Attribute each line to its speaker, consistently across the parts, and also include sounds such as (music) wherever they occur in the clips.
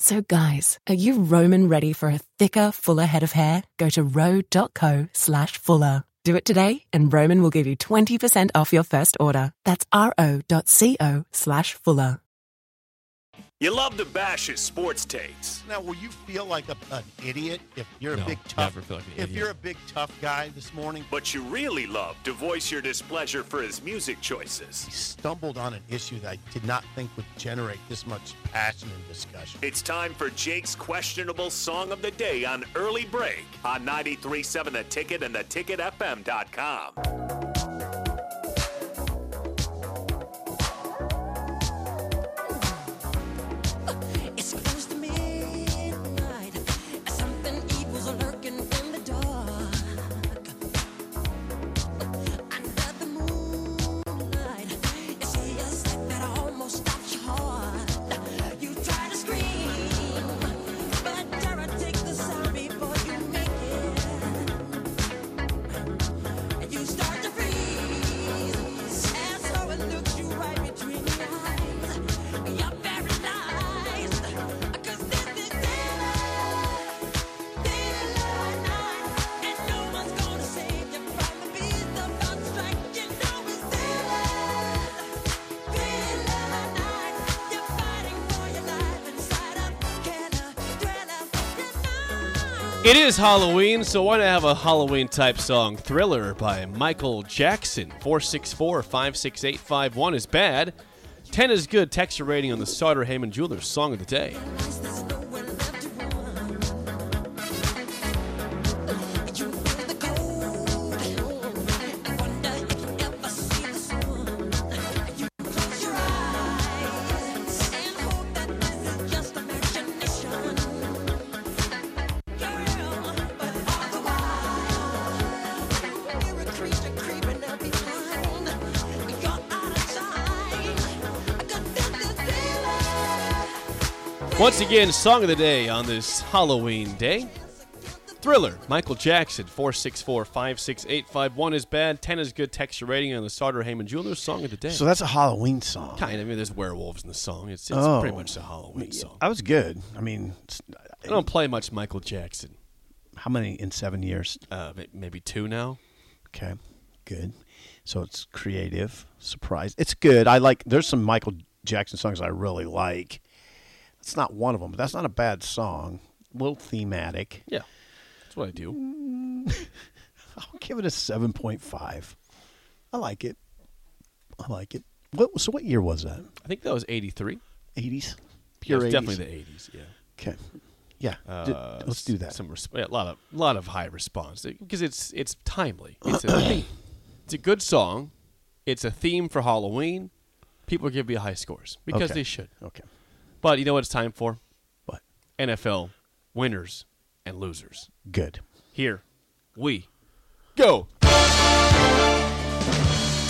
Speaker 1: So guys, are you Roman ready for a thicker, fuller head of hair? Go to ro.co slash fuller. Do it today and Roman will give you 20% off your first order. That's ro.co slash fuller.
Speaker 2: You love to bash his sports takes.
Speaker 3: Now, will you feel like a, an idiot if you're
Speaker 4: No,
Speaker 3: a big tough?
Speaker 4: never feel like an
Speaker 3: if
Speaker 4: idiot.
Speaker 3: you're a big tough guy this morning,
Speaker 2: But you really love to voice your displeasure for his music choices.
Speaker 3: I stumbled on an issue that I did not think would generate this much passion and discussion.
Speaker 2: It's time for Jake's questionable song of the day on Early Break on 93.7 The Ticket and theticketfm.com.
Speaker 5: It's close to midnight. Something evil's lurking in the dark. Under the moonlight, you see a sight that almost stops your heart. You try to scream, but dare I take the sound before you make it? And you start to freeze, and so it looks you right between the eyes. You're paralyzed, 'cause this is daylight.
Speaker 4: It is Halloween, so why not have a Halloween type song? Thriller by Michael Jackson. 464 56851 is bad. 10 is good. Texture rating on the Sauter Heyman Jewelers Song of the Day. Once again, Song of the Day on this Halloween day. Thriller, Michael Jackson. 464 56851 is bad. 10 is good. Texture rating on the Sauter Heyman Jewelers Song of the Day.
Speaker 6: So that's a Halloween song.
Speaker 4: kind of. I mean, there's werewolves in the song. It's, it's
Speaker 6: Oh.
Speaker 4: pretty much a Halloween song.
Speaker 6: I was good. I mean, it's- uh,
Speaker 4: I don't play much Michael Jackson.
Speaker 6: how many in seven years?
Speaker 4: Uh, may- maybe two now.
Speaker 6: Okay, good. So it's creative, surprise. It's good. I like. There's some Michael Jackson songs I really like. That's not one of them, but that's not a bad song. A little thematic.
Speaker 4: Yeah, that's what I do.
Speaker 6: I'll give it a seven point five. I like it. I like it. What, so what year was that?
Speaker 4: I think that was '83.
Speaker 6: Eighties.
Speaker 4: Yeah,
Speaker 6: Pure
Speaker 4: it was
Speaker 6: 80s.
Speaker 4: definitely the '80s. Yeah.
Speaker 6: Okay. Yeah. d-
Speaker 4: Uh,
Speaker 6: let's do that.
Speaker 4: Some resp- yeah, a lot of lot of high response because it's it's timely. It's a theme. It's a good song. It's a theme for Halloween. People give me high scores because
Speaker 6: Okay.
Speaker 4: they should.
Speaker 6: okay.
Speaker 4: But you know what it's time for?
Speaker 6: What?
Speaker 4: NFL winners and losers.
Speaker 6: Good.
Speaker 4: Here we go.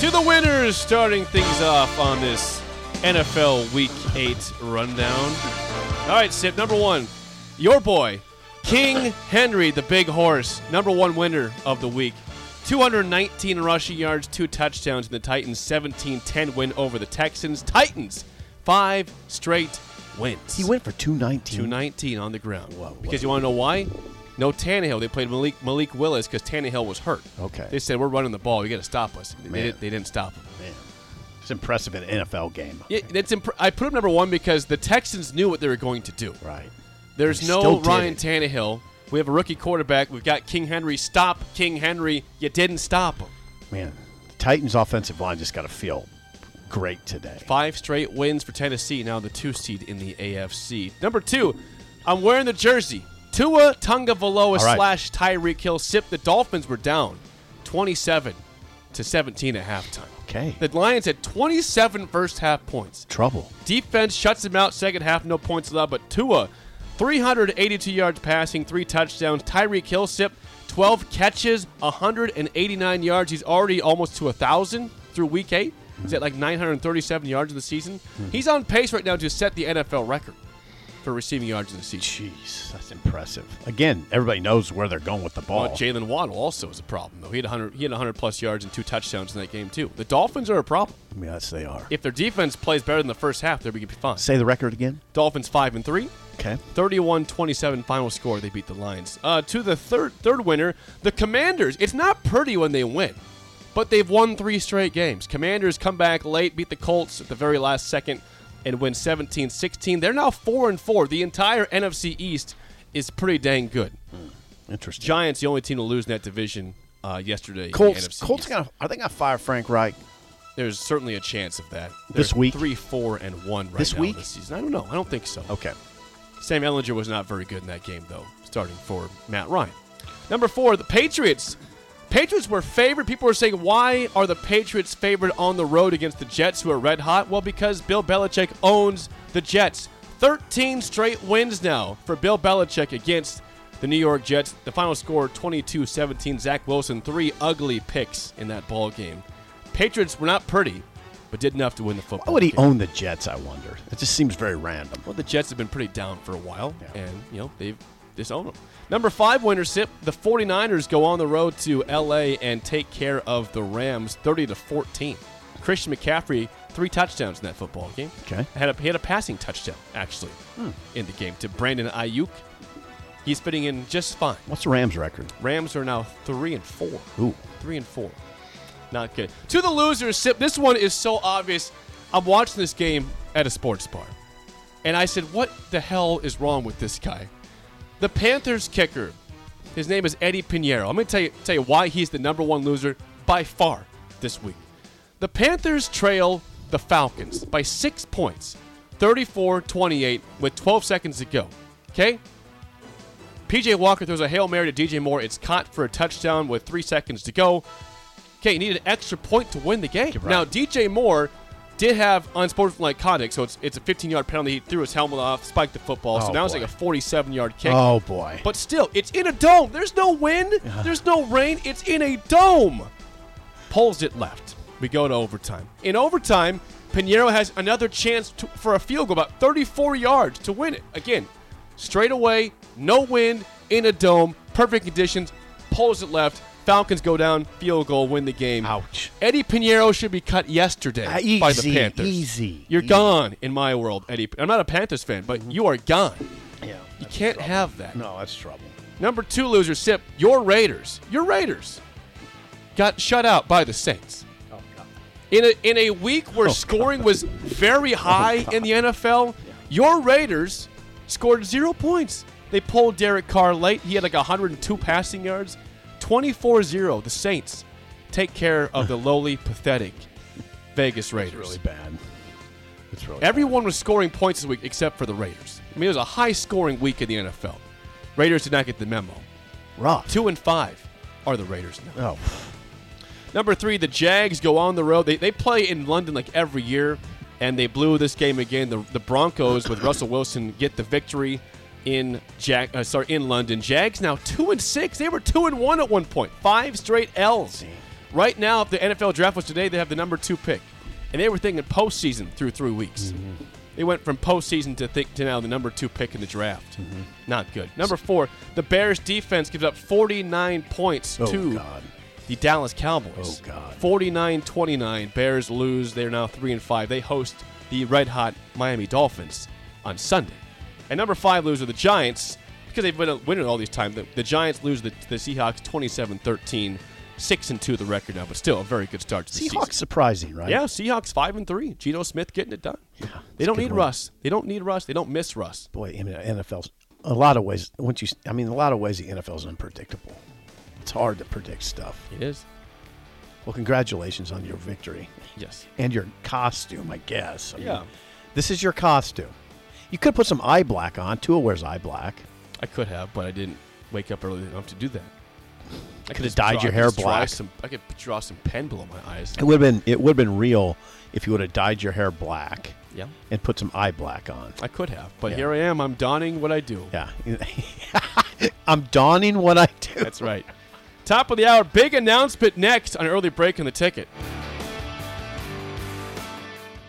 Speaker 4: To the winners, starting things off on this NFL Week 8 rundown. All right, Sip, number one, your boy, King Henry, the big horse, number one winner of the week. 219 rushing yards, two touchdowns in the Titans' 17 10 win over the Texans. Titans, five straight wins.
Speaker 6: He went for two nineteen.
Speaker 4: 219 on the ground.
Speaker 6: Whoa,
Speaker 4: because
Speaker 6: whoa.
Speaker 4: you want to know why? No Tannehill. They played Malik, Malik Willis because Tannehill was hurt.
Speaker 6: Okay.
Speaker 4: They said, we're running the ball. You got to stop us. They,
Speaker 6: Man.
Speaker 4: didn't, they didn't stop him.
Speaker 6: Man, it's impressive in an NFL game.
Speaker 4: Yeah, that's imp- I put him number one because the Texans knew what they were going to do.
Speaker 6: Right.
Speaker 4: There's
Speaker 6: They
Speaker 4: no
Speaker 6: still did
Speaker 4: Ryan
Speaker 6: it.
Speaker 4: Tannehill. We have a rookie quarterback. We've got King Henry. Stop King Henry. You didn't stop him.
Speaker 6: Man, Titans offensive line just got to feel great today.
Speaker 4: Five straight wins for Tennessee, now the two seed in the AFC. Number two, I'm wearing the jersey. Tua Tungavaloa
Speaker 6: All right.
Speaker 4: slash Tyreek Hill. Sip, the Dolphins were down 27 to 17 at halftime.
Speaker 6: Okay.
Speaker 4: The Lions had 27 first half points.
Speaker 6: Trouble.
Speaker 4: Defense shuts him out second half, no points allowed. But Tua, 382 yards passing, three touchdowns. Tyreek Hill sip, 12 catches, 189 yards. He's already almost to a 1,000 through week eight. He's at like 937 yards in the season.
Speaker 6: Hmm.
Speaker 4: He's on pace right now to set the NFL record for receiving yards in the season.
Speaker 6: Jeez, that's impressive. Again, everybody knows where they're going with the ball.
Speaker 4: Uh, Jalen Waddle also is a problem though. He had 100, he had 100 plus yards and two touchdowns in that game too. The Dolphins are a problem.
Speaker 6: yes, they are.
Speaker 4: If their defense plays better than the first half, they're going to be fine.
Speaker 6: Say the record again.
Speaker 4: Dolphins five and three.
Speaker 6: Okay.
Speaker 4: 31-27 final score. They beat the Lions. Uh, to the third third winner, the Commanders. It's not pretty when they win, but they've won three straight games. Commanders come back late, beat the Colts at the very last second, and win 17-16. They're now four and four. The entire NFC East is pretty dang good.
Speaker 6: Hmm. Interesting.
Speaker 4: Giants, the only team to lose in that division uh, yesterday. in the
Speaker 6: Colts.
Speaker 4: NFC
Speaker 6: Colts
Speaker 4: East.
Speaker 6: gonna. Are they gonna fire Frank Reich?
Speaker 4: There's certainly a chance of that.
Speaker 6: This
Speaker 4: They're
Speaker 6: week?
Speaker 4: three, four, and one right
Speaker 6: This
Speaker 4: now
Speaker 6: week?
Speaker 4: this season. I don't know. I don't think so.
Speaker 6: Okay.
Speaker 4: Sam Ellinger was not very good in that game, though, starting for Matt Ryan. Number four, the Patriots. Patriots were favored. People were saying, why are the Patriots favored on the road against the Jets, who are red hot? Well, because Bill Belichick owns the Jets. 13 straight wins now for Bill Belichick against the New York Jets. The final score 22 17. Zach Wilson, three ugly picks in that ball game. Patriots were not pretty, but did enough to win the football.
Speaker 6: Why would he
Speaker 4: game.
Speaker 6: own the Jets? I wonder. It just seems very random.
Speaker 4: Well, the Jets have been pretty down for a while,
Speaker 6: Yeah.
Speaker 4: and you know they've disowned them. Number five winner sip. The 49ers go on the road to L.A. and take care of the Rams, 30 to 14. Christian McCaffrey three touchdowns in that football game.
Speaker 6: Okay. Hmm.
Speaker 4: had a, he had a passing touchdown actually in the game to Brandon Ayuk. He's fitting in just fine.
Speaker 6: What's the Rams record?
Speaker 4: Rams are now three and four.
Speaker 6: Ooh.
Speaker 4: Three and four. Not good. To the losers, sip. This one is so obvious. I'm watching this game at a sports bar, and I said, "What the hell is wrong with this guy?" The Panthers kicker. His name is Eddie Pinheiro. I'm going to tell you tell you why he's the number one loser by far this week. The Panthers trail the Falcons by six points, 34-28, with 12 seconds to go. Okay, PJ Walker throws a Hail Mary to DJ Moore. It's caught for a touchdown with three seconds to go. Okay, you need an extra point to win the game. Now, DJ Moore did have unsportsmanlike conduct, so it's, it's a 15 yard penalty. He threw his helmet off, spiked the football, so
Speaker 6: Oh,
Speaker 4: now it's
Speaker 6: boy.
Speaker 4: like a 47 yard kick.
Speaker 6: Oh boy.
Speaker 4: But still, it's in a dome. There's no wind, there's no rain. It's in a dome. Pulls it left. We go to overtime. In overtime, Pinheiro has another chance to, for a field goal, about 34 yards to win it. Again, straight away, no wind, in a dome, perfect conditions. Pulls it left. Falcons go down, field goal, win the game.
Speaker 6: Ouch.
Speaker 4: Eddie Pinheiro should be cut yesterday
Speaker 6: Ah,
Speaker 4: by the
Speaker 6: easy,
Speaker 4: Panthers.
Speaker 6: easy,
Speaker 4: You're
Speaker 6: easy.
Speaker 4: gone in my world, Eddie. I'm not a Panthers fan, but you are gone.
Speaker 6: yeah.
Speaker 4: You can't have that.
Speaker 6: No, that's trouble.
Speaker 4: Number two loser, Sip, your Raiders, your Raiders, got shut out by the Saints.
Speaker 6: Oh,
Speaker 4: In a, in a week where scoring was very
Speaker 6: Oh,
Speaker 4: high in the NFL, your Raiders scored zero points. They pulled Derek Carr late. He had like 102 passing yards. 24 0, the Saints take care of the lowly, pathetic Vegas Raiders.
Speaker 6: Really bad. It's really.
Speaker 4: Everyone was scoring points this week except for the Raiders. I mean, it was a high scoring week in the NFL. Raiders did not get the memo.
Speaker 6: rough.
Speaker 4: Two and five are the Raiders now.
Speaker 6: Oh.
Speaker 4: Number three, the Jags go on the road. They, they play in London like every year, and they blew this game again. The, the Broncos with Russell Wilson get the victory in Jack. Uh, sorry, in London. Jags now two and six. They were two and one at one point. Five straight L's. Right now, if the NFL draft was today, they have the number two pick, and they were thinking postseason through three weeks. They went from postseason to think to now the number two pick in the draft.
Speaker 6: Mm-hmm.
Speaker 4: Not good. Number four, the Bears defense gives up 49 points
Speaker 6: Oh,
Speaker 4: to
Speaker 6: God.
Speaker 4: the Dallas Cowboys.
Speaker 6: Oh, God.
Speaker 4: 49-29. Bears lose. They're now 3 and 5. They host the Red Hot Miami Dolphins on Sunday. And number 5 loser the Giants because they've been a winner all these time. The, the Giants lose the, the Seahawks 27-13. 6 and 2 the record now, but still a very good start to the season.
Speaker 6: Seahawks surprising, right?
Speaker 4: Yeah, Seahawks 5 and 3. Geno Smith getting it done.
Speaker 6: Yeah,
Speaker 4: they
Speaker 6: it's
Speaker 4: don't
Speaker 6: a good
Speaker 4: need
Speaker 6: win.
Speaker 4: Russ. They don't need Russ. They don't miss Russ.
Speaker 6: Boy, I mean, NFL's a lot of ways. Once you, I mean, a lot of ways the NFL's unpredictable. It's hard to predict stuff.
Speaker 4: It is.
Speaker 6: Well, congratulations on your victory
Speaker 4: Yes.
Speaker 6: and your costume, I guess. I mean,
Speaker 4: Yeah.
Speaker 6: this is your costume. You could put some eye black on. Tua wears eye black.
Speaker 4: I could have, but I didn't wake up early enough to do that. I
Speaker 6: Could've
Speaker 4: just
Speaker 6: dyed
Speaker 4: draw-
Speaker 6: your
Speaker 4: I
Speaker 6: hair
Speaker 4: just draw
Speaker 6: black.
Speaker 4: Some, I could draw some pen below my eyes.
Speaker 6: It would have been it would have been real if you would have dyed your hair black
Speaker 4: Yeah.
Speaker 6: and put some eye black on.
Speaker 4: I could have, but
Speaker 6: Yeah.
Speaker 4: here I am. I'm donning what I do.
Speaker 6: Yeah. (laughs) I'm donning what I do.
Speaker 4: That's right. Top of the hour, big announcement next on early break in the ticket.